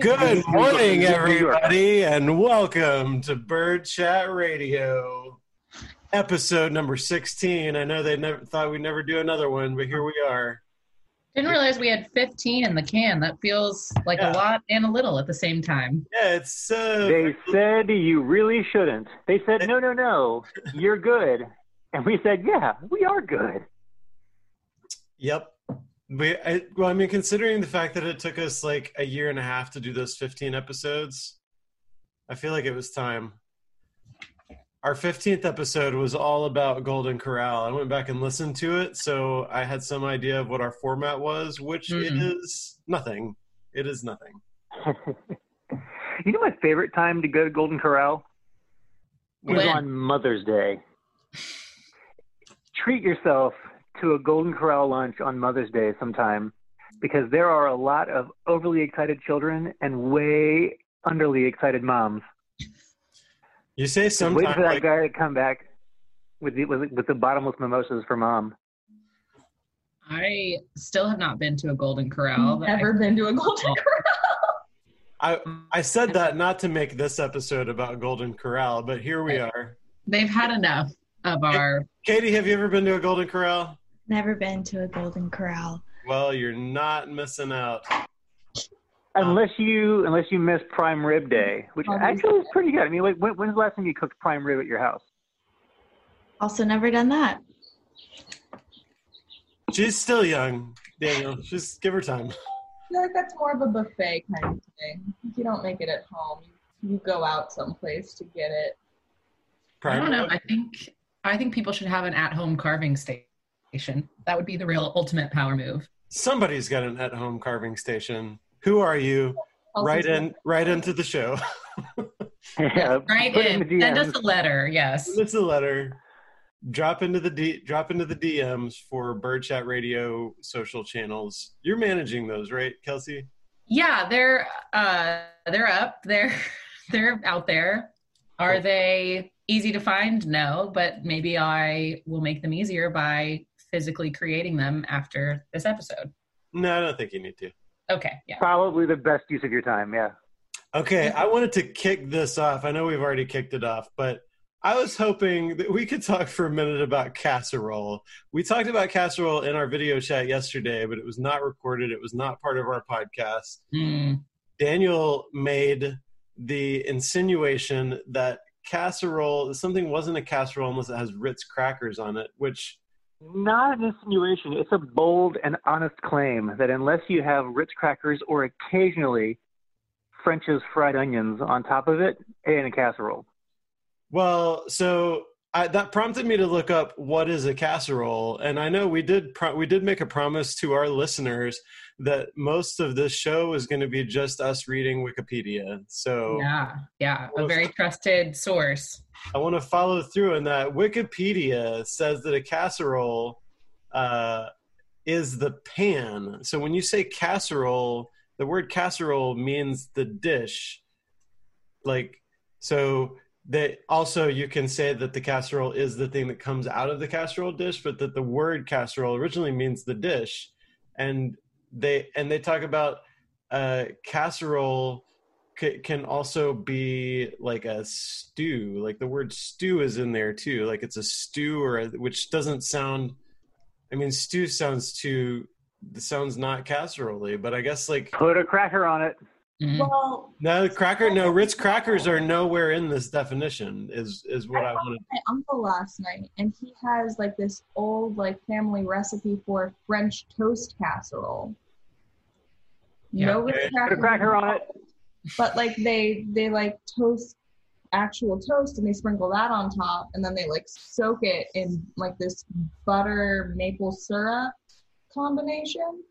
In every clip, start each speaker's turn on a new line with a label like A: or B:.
A: Good morning, everybody, and welcome to Bird Chat Radio, episode number 16. I know they never thought we'd never do another one, but here we are.
B: Didn't realize we had 15 in the can. That feels like
A: Yeah.
B: a lot and a little at the same time.
A: Yeah, it's uh,
C: They said you really shouldn't. They said, no, no, no, you're good. And we said, yeah, we are good.
A: yep. We, I, well, I mean, considering the fact that it took us like a year and a half to do those 15 episodes, I feel like it was time. Our 15th episode was all about Golden Corral. I went back and listened to it, so I had some idea of what our format was, which
C: Mm-hmm.
B: Mhm.
A: is nothing. It is nothing.
C: You know my favorite time to go to Golden Corral? was
B: When?
C: on Mother's Day. Treat yourself to a Golden Corral lunch on Mother's Day sometime because there are a lot of overly excited children and way underly excited moms.
A: You say
C: Wait
A: sometimes.
C: for that
A: like-
C: guy to come back with the, with, with the bottomless mimosas for mom.
B: I still have not been to a Golden Corral. but I-
D: Never been to a Golden Corral.
A: I I said that not to make this episode about Golden Corral, but here we are.
B: they've had enough of our.
A: Katie, have you ever been to a Golden Corral?
D: Never been to a Golden Corral.
A: Well, you're not missing out.
C: Unless you unless you miss prime rib day, which
D: Oh,
C: actually is pretty good. I mean, like, when, when's the last time you cooked prime rib at your house?
D: Also, never done that.
A: She's still young, Daniel. Just give her time.
D: I feel like that's more of a buffet kind of thing. You don't make it at home. You go out someplace to get it.
B: I don't know.
A: Prime-
B: I think I think people should have an at-home carving station. That would be the real ultimate power move.
A: Somebody's got an at-home carving station. Who are you?
D: Also,
A: Right in, right into the show.
C: Yeah,
B: Right?
C: Uh, put it in
B: In.
C: the
B: Send us
C: DMs.
B: a letter. Yes.
A: Send us a letter. Drop into the D, drop into the DMs for Bird Chat Radio social channels. You're managing those, right, Kelsey?
B: Yeah, they're uh, they're up. They're they're out there. Are
A: Cool.
B: they easy to find? No, but maybe I will make them easier by physically creating them after this episode.
A: No, I don't think you need to.
B: Okay, yeah.
C: Probably the best use of your time. Yeah.
A: Okay, I wanted to kick this off. I know we've already kicked it off, but I was hoping that we could talk for a minute about casserole. We talked about casserole in our video chat yesterday, but it was not recorded. It was not part of our podcast.
B: Hmm.
A: Daniel made the insinuation that casserole something wasn't a casserole unless it has Ritz crackers on it, which
C: Not an insinuation. It's a bold and honest claim that unless you have Ritz crackers or occasionally French's fried onions on top of it in a casserole,
A: Well, so I, that prompted me to look up what is a casserole, and I know we did pro- we did make a promise to our listeners that most of this show is going to be just us reading Wikipedia. So
B: Yeah, yeah. A very trusted source.
A: I want to follow through on that. Wikipedia says that a casserole uh, is the pan. So when you say casserole, the word casserole means the dish. Like, so that also you can say that the casserole is the thing that comes out of the casserole dish, but that the word casserole originally means the dish. And they and they talk about uh, casserole ca- can also be like a stew like the word stew is in there too like it's a stew or a, which doesn't sound i mean stew sounds too sounds not casserole but i guess like
C: put a cracker on it.
B: Mhm.
D: Well,
A: no cracker no ritz crackers are nowhere in this definition is is what i wanted
D: my uncle last night, and he has like this old like family recipe for French toast casserole. No
B: Yeah.
D: Ritz
C: Put a
D: crackers,
C: cracker on it.
D: but like they they like toast actual toast and they sprinkle that on top, and then they like soak it in like this butter maple syrup combination.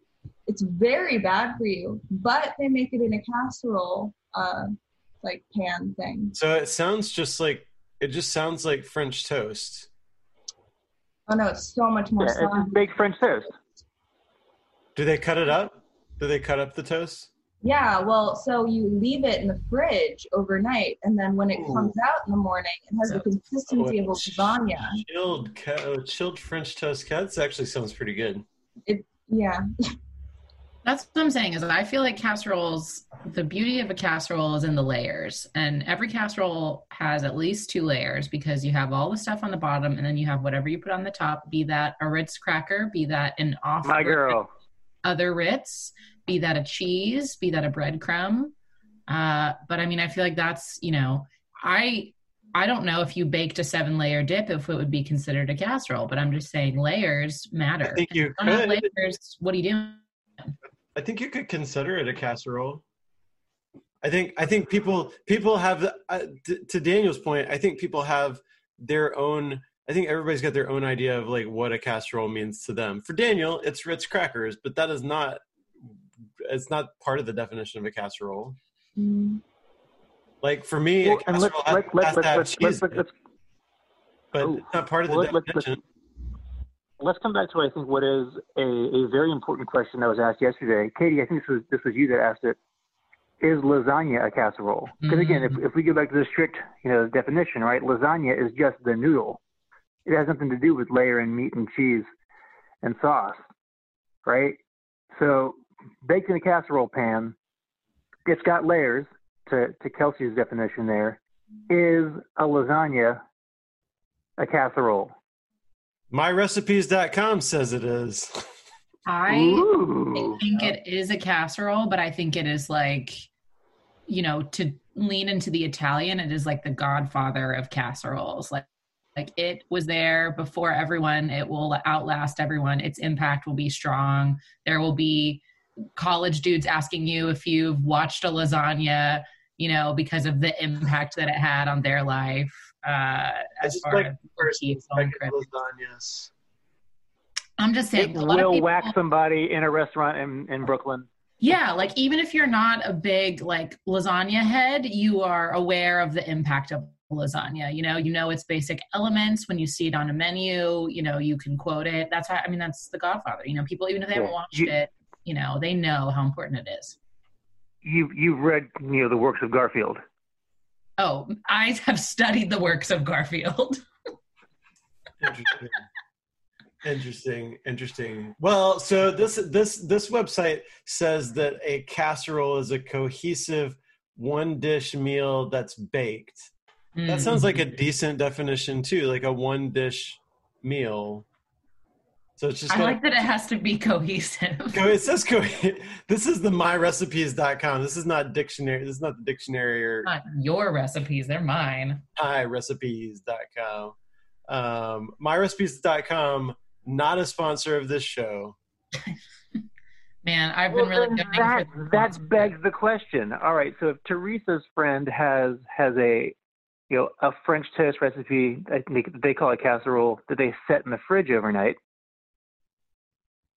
D: It's very bad for you, but they make it in a casserole, uh, like pan thing.
A: so it sounds just like it just sounds like french toast
D: Oh no, it's so much
C: Yeah,
D: more.
C: it's
D: Yeah,
C: just baked French toast.
A: do they cut it up do they cut up the toast
D: yeah, well, so you leave it in the fridge overnight, and then when it
A: Ooh.
D: comes out in the morning, it has the consistency of a
A: Oh,
D: lasagna.
A: chilled ca- chilled french toast cut actually sounds pretty good
D: Yeah,
B: That's what I'm saying is I feel like casseroles, the beauty of a casserole is in the layers. And every casserole has at least two layers because you have all the stuff on the bottom and then you have whatever you put on the top, be that a Ritz cracker, be that an off
C: My girl.
B: other Ritz, be that a cheese, be that a breadcrumb. Uh, but I mean, I feel like that's, you know, I I don't know if you baked a seven layer dip if it would be considered a casserole, but I'm just saying layers matter.
A: I think
B: If
A: you
B: you don't have
A: could.
B: layers, what are you doing?
A: I think you could consider it a casserole. I think I think people people have uh, t- to Daniel's point. I think people have their own. I think everybody's got their own idea of like what a casserole means to them. For Daniel, it's Ritz crackers, but that is not. It's not part of the definition of a casserole.
C: Mm-hmm.
D: Mm.
A: Like for me,
C: Well,
A: a
C: and let's
A: casserole has,
C: let's let's
A: has to have
C: let's
A: cheese,
C: let's
A: in it,
C: let's, let's,
A: but
C: oh,
A: it's not part of the
C: well, let's- let's-
A: definition.
C: let's come back to I think what is a, a very important question that was asked yesterday. Katie, I think this was this was you that asked it. Is lasagna a casserole? Because again, if, if we go back to the strict you know definition, right? Lasagna is just the noodle. It has nothing to do with layering meat and cheese and sauce, right? So baked in a casserole pan, it's got layers. To to Kelsey's definition, there is a lasagna a casserole.
A: MyRecipes.com says it is.
B: I
C: Ooh.
B: I think it is a casserole, but I think it is like, you know, to lean into the Italian, it is like the godfather of casseroles. Like, like it was there before everyone. It will outlast everyone. Its impact will be strong. There will be college dudes asking you if you've watched a lasagna, you know, because of the impact that it had on their life. Uh, as
A: just
B: far
A: like
B: as
A: first
B: Keith's own
A: Like
B: crit-
A: lasagnas.
B: I'm just saying,
C: it
B: a lot of
C: will
B: people-
C: whack somebody in a restaurant in, in Brooklyn.
B: Yeah, like even if you're not a big like lasagna head, you are aware of the impact of lasagna. You know, you know its basic elements when you see it on a menu. You know, you can quote it. That's how I mean. That's The Godfather. You know, people even if they haven't
C: Yeah.
B: watched
C: You-
B: it, you know, they know how important it is.
C: You've you've read you know the works of Garfield.
B: Oh, I have studied the works of Garfield.
A: interesting interesting interesting well so this this this website says that a casserole is a cohesive one dish meal that's baked
B: Mm.
A: that sounds like a decent definition too like a one dish meal so it's just
B: I
A: like,
B: like that it has to be cohesive.
A: co- it says co- this is the myrecipes.com this is not dictionary this is not the dictionary or
B: Not your recipes, they're mine.
A: myrecipes.com um myrecipes.com not a sponsor of this show
B: Man, I've been really
C: then
B: gunning
C: that
B: for the
C: that
B: sponsor.
C: begs the question. All right, so if Teresa's friend has has a you know a French toast recipe, I think they call it casserole that they set in the fridge overnight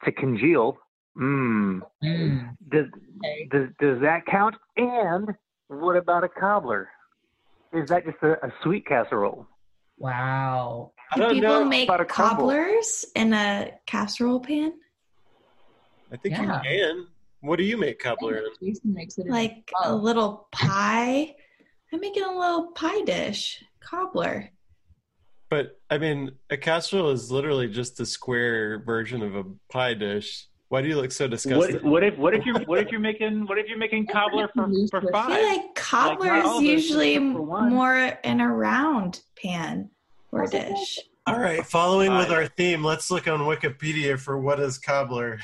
C: to congeal. Mmm.
B: Mm.
C: Does,
D: Okay.
C: does does that count? And what about a cobbler? Is that just a, a sweet casserole?
B: Wow.
A: I
E: Do
A: don't
E: people
A: know.
E: make
C: about a crumble.
E: cobblers in a casserole pan?
A: I think you
B: Yeah.
A: can. What do you make cobbler in?
D: Jason makes it in-
E: Like a
D: Oh.
E: little pie? I'm making a little pie dish. Cobbler.
A: But I mean, a casserole is literally just a square version of a pie dish. Why do you look so disgusted?
C: What, what if what if you're what if you're making what if you're making cobbler for,
D: Loose
C: for
D: with-
E: I feel
C: five?
E: like cobbler
C: not all
E: is
C: those,
E: usually
C: except for
E: m-
C: one.
E: more in a round pan or
D: That's okay.
E: dish.
A: All right, following with
C: Pie.
A: our theme, let's look on Wikipedia for what is cobbler.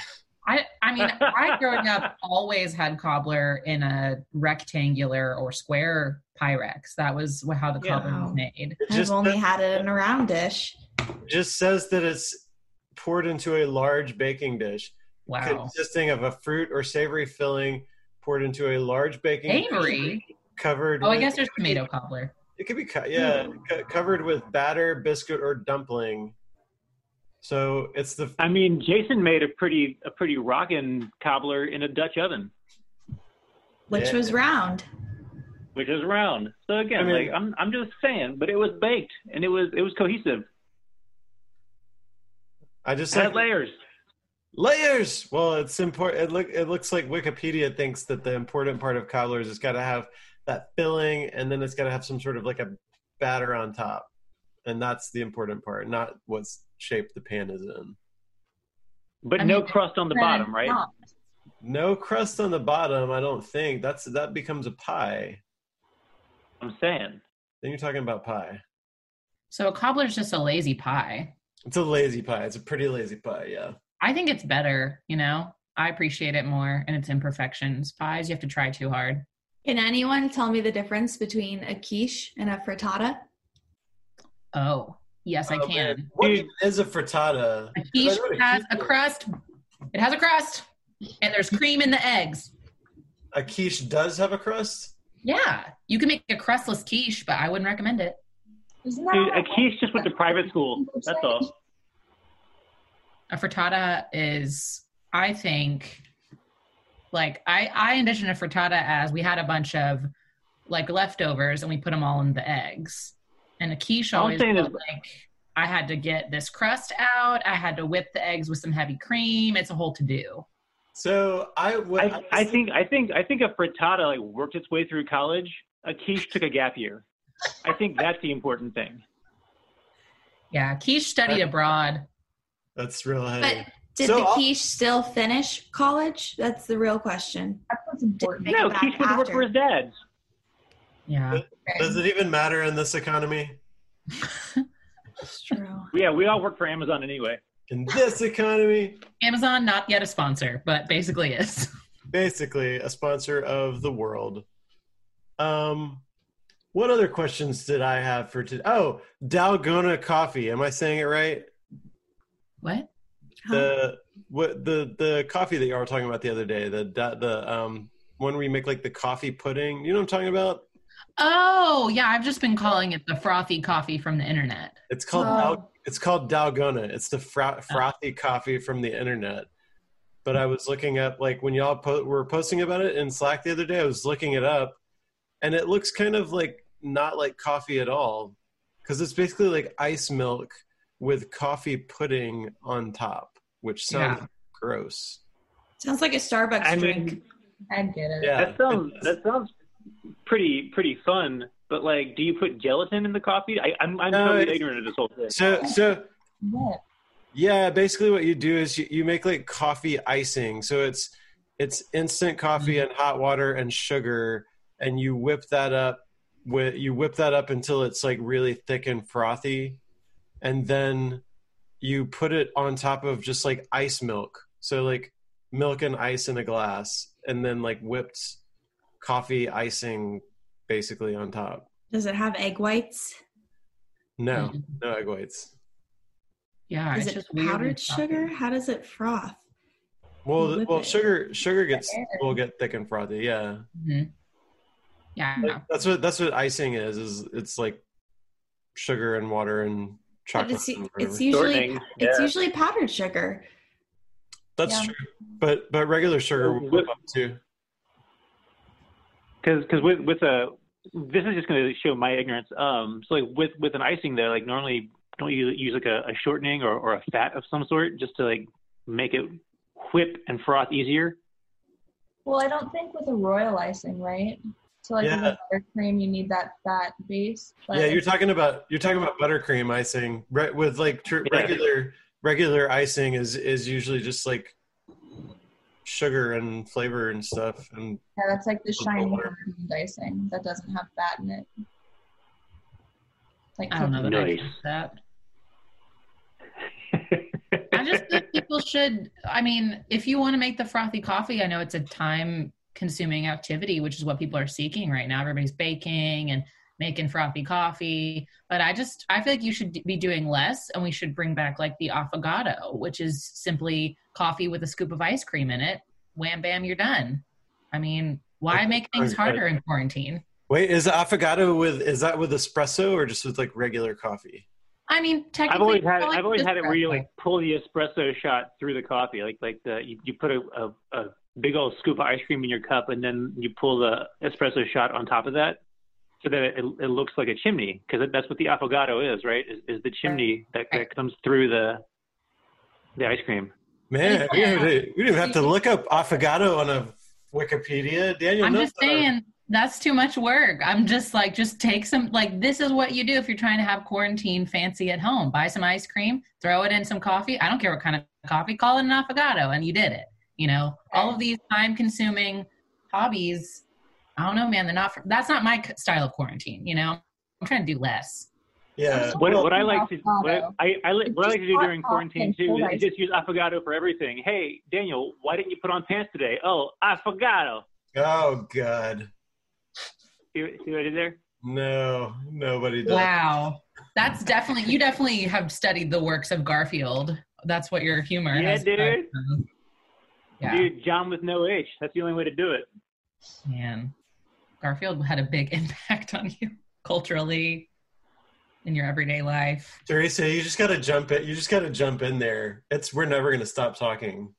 B: I, I mean, I growing up always had cobbler in a rectangular or square Pyrex. That was wh- how the
A: Yeah.
B: cobbler was
E: Wow.
B: made.
A: It
E: I've
A: just,
E: only had it in a round dish.
A: just says that it's poured into a large baking dish
B: Wow.
A: consisting of a fruit or savory filling poured into a large baking dish
B: Avery.
A: covered.
B: Oh, I
A: with-
B: guess there's tomato cobbler.
A: It could be cut, yeah, co- covered with batter, biscuit, or dumpling. So it's the
C: I mean, Jason made a pretty a pretty rockin' cobbler in a Dutch oven,
E: which
A: Yeah.
E: was round.
C: which is round. So again,
A: I mean-
C: like I'm I'm just saying, but it was baked and it was it was cohesive.
A: I just
C: It had
A: like
C: layers.
A: layers. Well, it's important. It look it looks like Wikipedia thinks that the important part of cobblers is got to have that filling, and then it's got to have some sort of like a batter on top, and that's the important part, not what shape the pan is in.
C: But
B: I
C: no
B: mean,
C: crust on the
D: Then
E: uh,
C: bottom,
D: it's
C: right?
D: not.
A: No crust on the bottom, I don't think. That's that becomes a pie.
C: I'm saying.
A: Then you're talking about pie.
B: So a cobbler's just a lazy pie.
A: It's a lazy pie. It's a pretty lazy pie, yeah.
B: I think it's better, you know? I appreciate it more and its imperfections. Pies, you have to try too hard.
E: Can anyone tell me the difference between a quiche and a frittata?
B: Oh, yes, I
A: Oh,
B: can.
A: man. What even is a frittata?
B: A quiche
A: know what a
B: has a
A: quiche is.
B: crust. It has a crust. And there's cream in the eggs.
A: A quiche does have a crust?
B: Yeah. You can make a crustless quiche, but I wouldn't recommend it.
D: Isn't that
C: Dude,
D: how
C: a quiche just went to private school. That's all.
B: a frittata is i think like i i envision a frittata as we had a bunch of like leftovers and we put them all in the eggs and a quiche
C: I'm
B: always
C: saying
B: was
C: is-
B: like i had to get this crust out i had to whip the eggs with some heavy cream it's a whole to do
A: So I would
C: I, I think I think I think a frittata like worked its way through college. A quiche took a gap year. I think that's the important thing.
B: yeah quiche studied abroad
A: that's real heavy.
E: But did
A: So
E: the
A: I'll-
E: quiche still finish college? That's the real question.
D: That's what's important.
E: Think
C: No,
E: about
C: quiche went to work
E: after.
C: for his dad's.
B: yeah
A: Does it even matter in this economy?
E: It's true.
C: Yeah, we all work for Amazon anyway.
A: In this economy,
B: amazon not yet a sponsor but basically is
A: basically a sponsor of the world. Um, what other questions did I have for today? Oh, Dalgona coffee. Am I saying it right?
B: what
A: The what the the coffee that y'all were talking about the other day. The da- the um one where you make like the coffee pudding. You know what I'm talking about?
B: oh yeah i've just been calling it the frothy coffee from the internet
A: It's called Dal- It's called Dalgona. It's the fra- frothy coffee from the internet. But I was looking up, like when y'all po- were posting about it in Slack the other day, I was looking it up, and it looks kind of like not like coffee at all, because it's basically like ice milk with coffee pudding on top, which sounds gross.
E: Sounds like a Starbucks
C: I
E: drink.
C: mean,
D: I get it.
A: Yeah,
C: that sounds
A: it's-
C: that sounds pretty pretty fun. But like, do you put gelatin in the coffee? I, I'm I'm
A: No,
C: totally
A: it's-
C: ignorant of this whole thing.
A: so so
D: What?
A: Yeah, basically what you do is you, you make like coffee icing. So it's it's instant coffee and hot water and sugar and you whip that up with you whip that up until it's like really thick and frothy and then you put it on top of just like ice milk. So like milk and ice in a glass and then like whipped coffee icing basically on top.
E: Does it have egg whites?
A: No,
B: Mhm.
A: no egg whites.
B: yeah
E: Is
B: it's
E: it
B: just weird
E: powdered
B: and frothy.
E: sugar? How does it froth?
A: Well,
E: Whip
A: th- well,
E: it.
A: sugar sugar gets
D: air.
A: will get thick and frothy. Yeah,
B: hmm Yeah.
A: Like, that's what that's what icing is. Is it's like sugar and water and
E: But
A: chocolate.
E: it's,
B: e,
E: u-
A: and
E: it's
A: whatever.
E: usually
C: Shortening,
E: it's
C: yeah.
E: usually powdered sugar.
A: that's
D: yeah.
A: true. But but regular sugar will whip up too.
C: Because because with with a this is just going to show my ignorance. Um, so like with with an icing though, like normally don't you use like a, a shortening or, or a fat of some sort just to like make it whip and froth easier?
D: Well, I don't think with a royal icing, right? So like
A: Yeah.
D: with buttercream, you need that fat base. but-
A: yeah, you're talking about you're talking about buttercream icing right, with like tr-
C: Yeah.
A: regular regular icing is is usually just like sugar and flavor and stuff and
D: yeah, that's like the
A: Or
D: shiny
A: water.
D: buttercream icing that doesn't have fat in it. Like
B: I don't know that I
C: Nice.
B: can do that. I just think people should. I mean, if you want to make the frothy coffee, I know it's a time-consuming activity, which is what people are seeking right now. Everybody's baking and making frothy coffee, but I just I feel like you should be doing less, and we should bring back like the affogato, which is simply coffee with a scoop of ice cream in it. Wham, bam, you're done. I mean, why
A: Okay,
B: make things
A: okay.
B: harder in quarantine?
A: wait is affogato with is that with espresso or just with like regular coffee?
B: I mean, technically,
C: I've always
B: it's
C: had
B: probably
C: I've always had it where you
B: espresso.
C: like pull the espresso shot through the coffee, like like the you, you put a, a a big old scoop of ice cream in your cup and then you pull the espresso shot on top of that, so that it, it looks like a chimney because that's what the affogato is, right? Is, is the chimney that, that comes through the the ice cream.
A: Man, we,
B: Yeah.
A: had to- we didn't have to look up affogato on a Wikipedia. Daniel
B: I'm
A: knows
B: just saying that's too much work. I'm just like, just take some. Like, this is what you do if you're trying to have quarantine fancy at home. Buy some ice cream, throw it in some coffee. I don't care what kind of coffee. Call it an affogato, and you did it. You know, all of these time consuming hobbies. I don't know, man. They're not. For, that's not my c- style of quarantine. You know, I'm trying to do less.
A: Yeah.
C: What,
A: Well,
C: what I like to what I, I, li-
D: It's
C: what I like to
D: just
C: do
D: hot
C: during
D: sauce
C: quarantine
D: and
C: too
D: cold
C: is
D: ice
C: just use affogato for everything. Hey, Daniel, why didn't you put on pants today? Oh, affogato.
A: oh God,
C: See, see what I did there?
A: no, nobody does.
B: Wow, that's definitely. You definitely have studied the works of Garfield. That's what your humor.
C: Yeah,
B: has
C: dude.
B: derived from. Yeah,
C: Dude, John with no H. That's the only way to do it.
B: man. Garfield had a big impact on you culturally in your everyday life.
A: Teresa, you just gotta jump it. You just gotta jump in there. It's we're never gonna stop talking.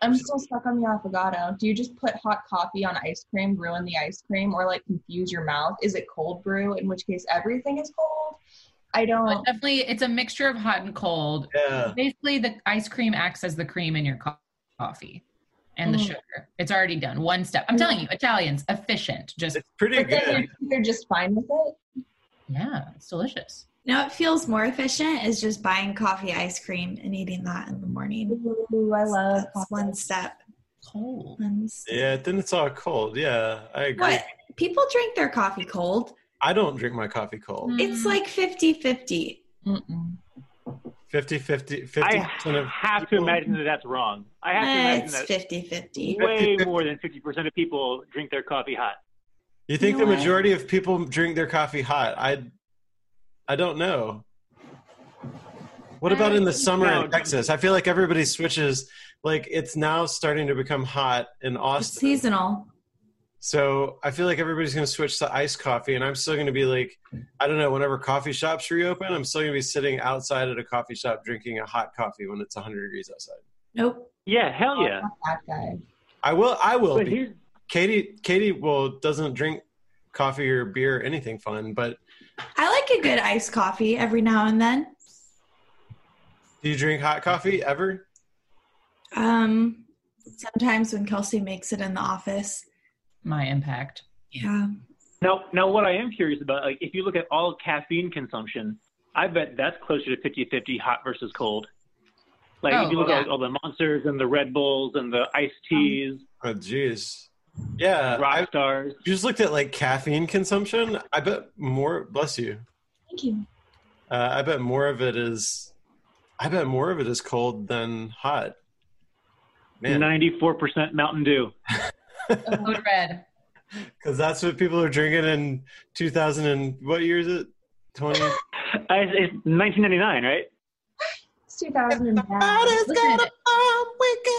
D: I'm still stuck on the affogato. Do you just put hot coffee on ice cream, ruin the ice cream, or like confuse your mouth? Is it cold brew? In which case, everything is cold. I
B: Well,
D: don't.
B: definitely, it's a mixture of hot and cold.
A: Yeah.
B: Basically, the ice cream acts as the cream in your co- coffee and the
D: Mm.
B: sugar. It's already done. One step. I'm telling you, Italians, efficient. Just,
A: It's pretty
D: But
A: good.
D: then you're, you're just fine with it.
B: yeah, it's delicious.
E: You know what feels more efficient is just buying coffee ice cream and eating that in the morning.
D: Ooh, I love
E: That's one
D: coffee.
E: step.
B: Cold.
E: One step.
A: Yeah, then it's all cold. Yeah, I agree.
E: What? People drink their coffee cold.
A: I don't drink my coffee cold.
D: Mm.
E: It's like 50 50.
D: Mm-mm.
A: 50 50 50
C: I
A: percent of
C: have to
A: people-
C: imagine that that's wrong. I have to
E: It's
C: imagine
E: 50 50.
C: that way more than 50% of people drink their coffee hot.
A: You think
E: No
A: the
E: way.
A: majority of people drink their coffee hot? I I don't know. What about in the summer
C: No,
A: in Texas? I feel like everybody switches like it's now starting to become hot in
E: It's
A: Austin.
E: seasonal.
A: So I feel like everybody's going to switch to iced coffee, and I'm still going to be like, I don't know. Whenever coffee shops reopen, I'm still going to be sitting outside at a coffee shop drinking a hot coffee when it's 100 degrees outside.
E: Nope.
C: Yeah, hell yeah.
D: Not that guy.
A: I will. I will.
C: But
A: Be.
C: here's,
A: Katie. Katie will doesn't drink coffee or beer or anything fun. But
E: I like a good iced coffee every now and then.
A: do you drink hot coffee ever?
E: Um, sometimes when Kelsey makes it in the office.
B: My impact.
E: Yeah.
C: now, now, what I am curious about, like, if you look at all caffeine consumption, I bet that's closer to 50 50 hot versus cold. Like,
B: Oh,
C: if you look
B: yeah.
C: at all the monsters and the Red Bulls and the iced teas,
A: Oh, jeez. Yeah.
C: rock
A: Um, I
C: stars.
A: just looked at like caffeine consumption. I bet more. Bless you.
D: Thank you.
A: Uh, I bet more of it is. I bet more of it is cold than hot. Man.
C: 94% Mountain Dew.
B: Code red.
A: Because that's what people are drinking in 2000 and what year is it? 20.
C: I, it's 1999, right?
D: It's 2009.
B: Listen,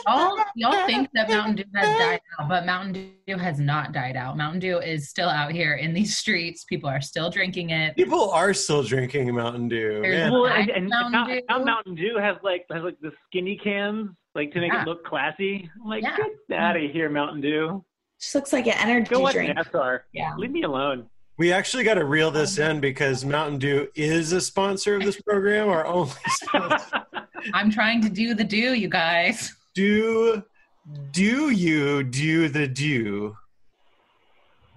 B: all y'all think that Mountain Dew has died out, but Mountain Dew has not died out. Mountain Dew is still out here in these streets. People are still drinking it.
A: people are still drinking Mountain Dew.
B: There's
A: man.
C: Well,
B: Black
C: and, and
B: Mountain
C: now,
B: Dew.
C: now Mountain Dew has like has like the skinny cans, like to make
B: Yeah.
C: it look classy. I'm like,
B: Yeah.
C: get out of here, Mountain Dew.
E: She looks like an energy
C: Go watch
E: drink.
C: NASCAR.
D: Yeah.
C: Leave me alone.
A: We actually got to reel this in because Mountain Dew is a sponsor of this program. Our only sponsor.
B: I'm trying to do the do, you guys.
A: do, do you do the do?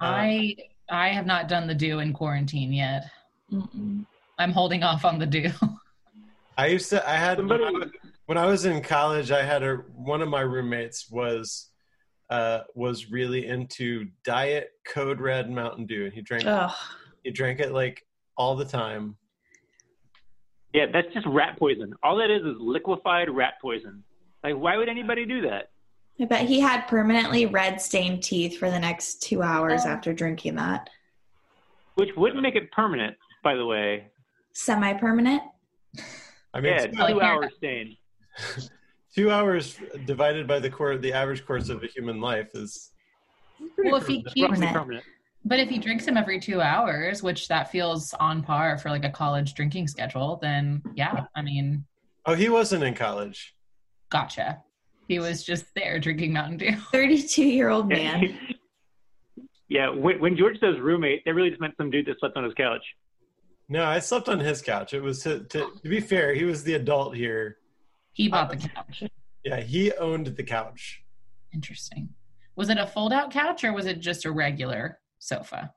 B: I I have not done the do in quarantine yet.
D: Mm-mm.
B: I'm holding off on the do.
A: I used to. I had when I,
C: Somebody-
A: was- when I was in college. I had a one of my roommates was uh, was really into Diet Code Red Mountain Dew, and he drank
E: Ugh.
A: he drank it like all the time.
C: yeah, that's just rat poison. All that is is liquefied rat poison. Like, why would anybody do that?
E: I bet he had permanently red stained teeth for the next two hours after drinking that.
C: Which wouldn't make it permanent, by the way.
E: Semi permanent?
A: I mean,
C: Yeah,
A: two,
B: like-
C: two hour stain.
A: two hours divided by the course, the average course of a human life is.
B: well, if he keeps,
C: Roughly
E: Permanent.
C: permanent.
B: but if he drinks them every two hours, which that feels on par for like a college drinking schedule, then yeah, I mean,
A: Oh, he wasn't in college.
B: gotcha. He was just there drinking Mountain Dew.
E: 32 year old man.
C: yeah, when, when George says roommate, that really just meant some dude that slept on his couch.
A: No, I slept on his couch. It was to, to, to be fair, he was the adult here.
B: He bought the couch.
A: Yeah, he owned the couch.
B: Interesting. Was it a fold out couch or was it just a regular sofa?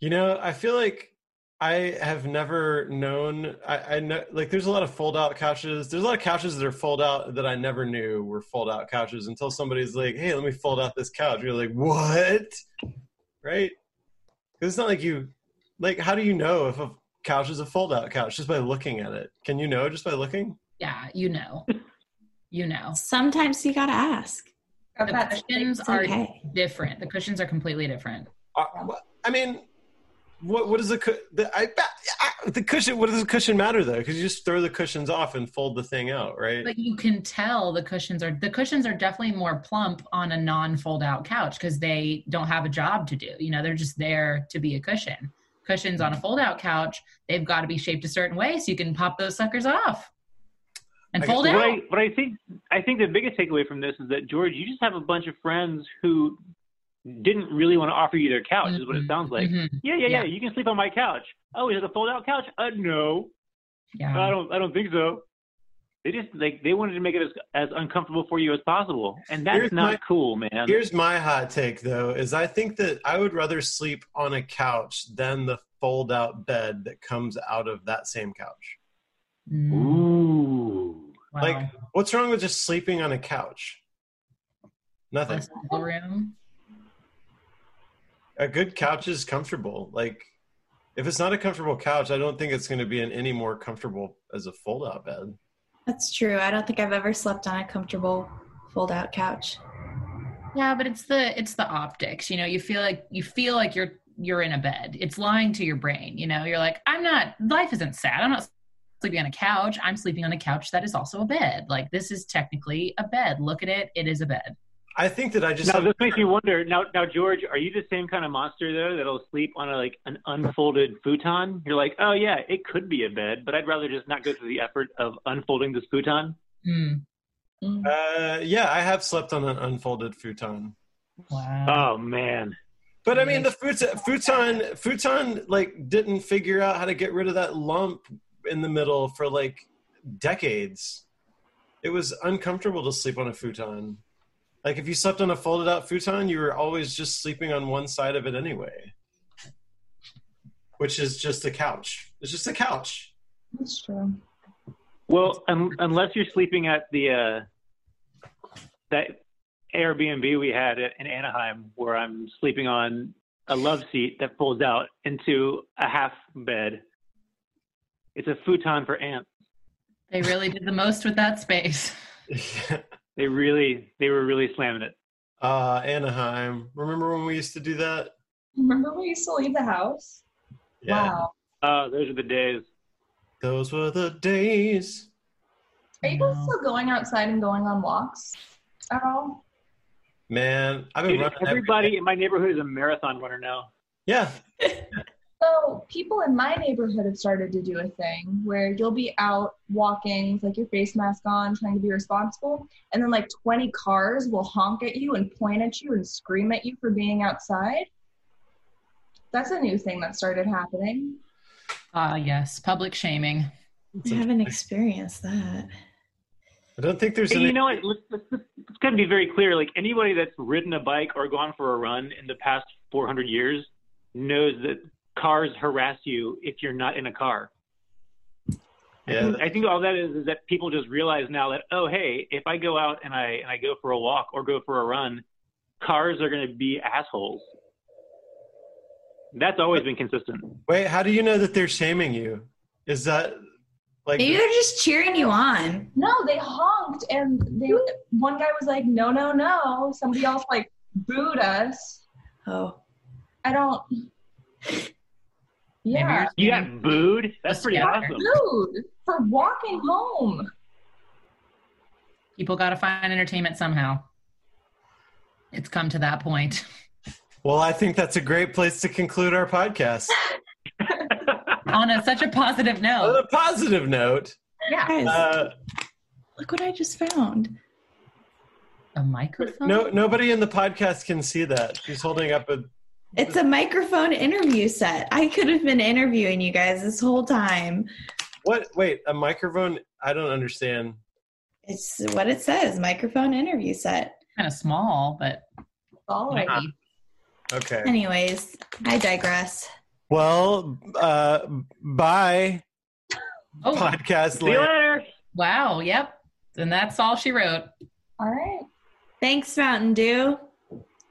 A: You know, I feel like I have never known. I, I know, like, there's a lot of fold out couches. There's a lot of couches that are fold out that I never knew were fold out couches until somebody's like, hey, let me fold out this couch. You're like, what? Right? 'Cause it's not like you, like, how do you know if a couch is a fold out couch just by looking at it? Can you know just by looking?
B: Yeah, you know. You know.
E: Sometimes you gotta ask.
D: I've had
B: The cushions
E: It's
B: are
E: okay.
B: different. The cushions are completely different.
A: Uh, wh- I mean, what what does the, cu- the I, I, the cushion? What does the cushion matter though? Because you just throw the cushions off and fold the thing out, right?
B: But you can tell the cushions are the cushions are definitely more plump on a non-fold out couch because they don't have a job to do. You know, they're just there to be a cushion. Cushions on a fold out couch, they've got to be shaped a certain way so you can pop those suckers off and
A: I guess
B: fold
A: the
B: out.
A: way-
C: What I, what I think I think the biggest takeaway from this is that George, you just have a bunch of friends who didn't really want to offer you their couch, is what
A: Mm-hmm.
C: it
B: Mhm,
C: sounds like.
B: mhm,
C: Yeah, yeah,
B: Yeah.
C: yeah, You can sleep on my couch. Oh, is it a fold out couch? Uh, no,
B: Yeah.
A: Mm.
C: I don't. I don't think so. They just like they wanted to make it as as uncomfortable for you as possible, and that's
A: Here's
C: not
A: my-
C: cool, man.
A: Here's my hot take though: is I think that I would rather sleep on a couch than the fold out bed that comes out of that same couch.
B: Mm,
C: Ooh.
B: wow.
A: Like, what's wrong with just sleeping on a couch? Nothing.
B: Less wiggle room.
A: A good couch is comfortable. Like, if it's not a comfortable couch, I don't think it's going to be an any more comfortable as a fold out bed.
E: That's true. I don't think I've ever slept on a comfortable fold out couch.
B: Yeah, but it's the it's the optics. You know, you feel like you feel like you're you're in a bed. It's lying to your brain. You know, you're like, I'm not. Life isn't sad. I'm not sleeping on a couch. I'm sleeping on a couch that is also a bed. Like this is technically a bed. Look at it. It is a bed.
A: I think that I just
C: Now
A: have-
C: this makes me wonder. Now, now, George, are you the same kind of monster though that'll sleep on a, like an unfolded futon? You're like, oh yeah, it could be a bed, but I'd rather just not go through the effort of unfolding this futon.
B: Hmm.
D: Mm.
A: Uh, yeah, I have slept on an unfolded futon.
B: Wow.
A: Uh.
C: Oh man,
A: But I mean, the futon, futon, futon, like didn't figure out how to get rid of that lump in the middle for like decades. It was uncomfortable to sleep on a futon. Like if you slept on a folded out futon, you were always just sleeping on one side of it anyway, which is just a couch. It's just a couch.
D: That's true.
C: Well, um, unless you're sleeping at the uh, that Airbnb we had in Anaheim, where I'm sleeping on a love seat that folds out into a half bed. It's a futon for ants.
B: They really did the most with that space.
C: They really, they were really slamming it.
A: uh, Anaheim. Remember when we used to do that?
D: Remember when we used to leave the house? Wow.
C: Oh, those are the days.
A: Those were the days.
D: Are you guys
B: No.
D: still going outside and going on walks at all?
A: Man, I've been
C: Dude,
A: running every
C: everybody
A: day.
C: in my neighborhood is a marathon runner now.
A: yeah,
D: So people in my neighborhood have started to do a thing where you'll be out walking with like your face mask on, trying to be responsible, and then like 20 cars will honk at you and point at you and scream at you for being outside. That's a new thing that started happening.
B: Ah, yes. Public shaming.
E: I haven't experienced that.
A: I don't think there's
C: And
A: any.
C: you know what? Let's, let's, let's kind of be very clear. Like anybody that's ridden a bike or gone for a run in the past 400 years knows that cars harass you if you're not in a car. I
A: yeah,
C: think- I think all that is is that people just realize now that oh hey, if I go out and I and I go for a walk or go for a run, cars are going to be assholes. That's always been consistent.
A: wait, how do you know that they're shaming you? Is that like?
E: Maybe they're just cheering you on.
D: No, they honked and they one guy was like, "No, no, no." Somebody else like booed us.
E: Oh,
D: I don't
B: Maybe
D: Yeah.
B: you're
C: You
B: seeing-
C: got booed. That's pretty
B: Yeah.
C: awesome.
D: Dude, for walking home.
B: people got to find entertainment somehow. It's come to that point.
A: Well, I think that's a great place to conclude our podcast.
B: On a, such a positive
A: On
B: note.
A: a positive note,
B: Yeah.
E: guys,
A: uh,
E: look what I just found.
B: A microphone.
A: Uh, no, nobody in the podcast can see that. She's holding up a.
E: It's a microphone interview set. I could have been interviewing you guys this whole time.
A: What? Wait, a microphone? I don't understand.
E: It's what it says microphone interview set.
B: kind of small, but
A: Oh, uh,
D: All right.
B: might be.
A: Okay.
E: Anyways, I digress.
A: Well, uh, bye,
B: Oh,
A: podcast
C: See you
A: land.
C: later.
B: wow. Yep. And that's all she wrote.
D: All right.
E: Thanks, Mountain Dew.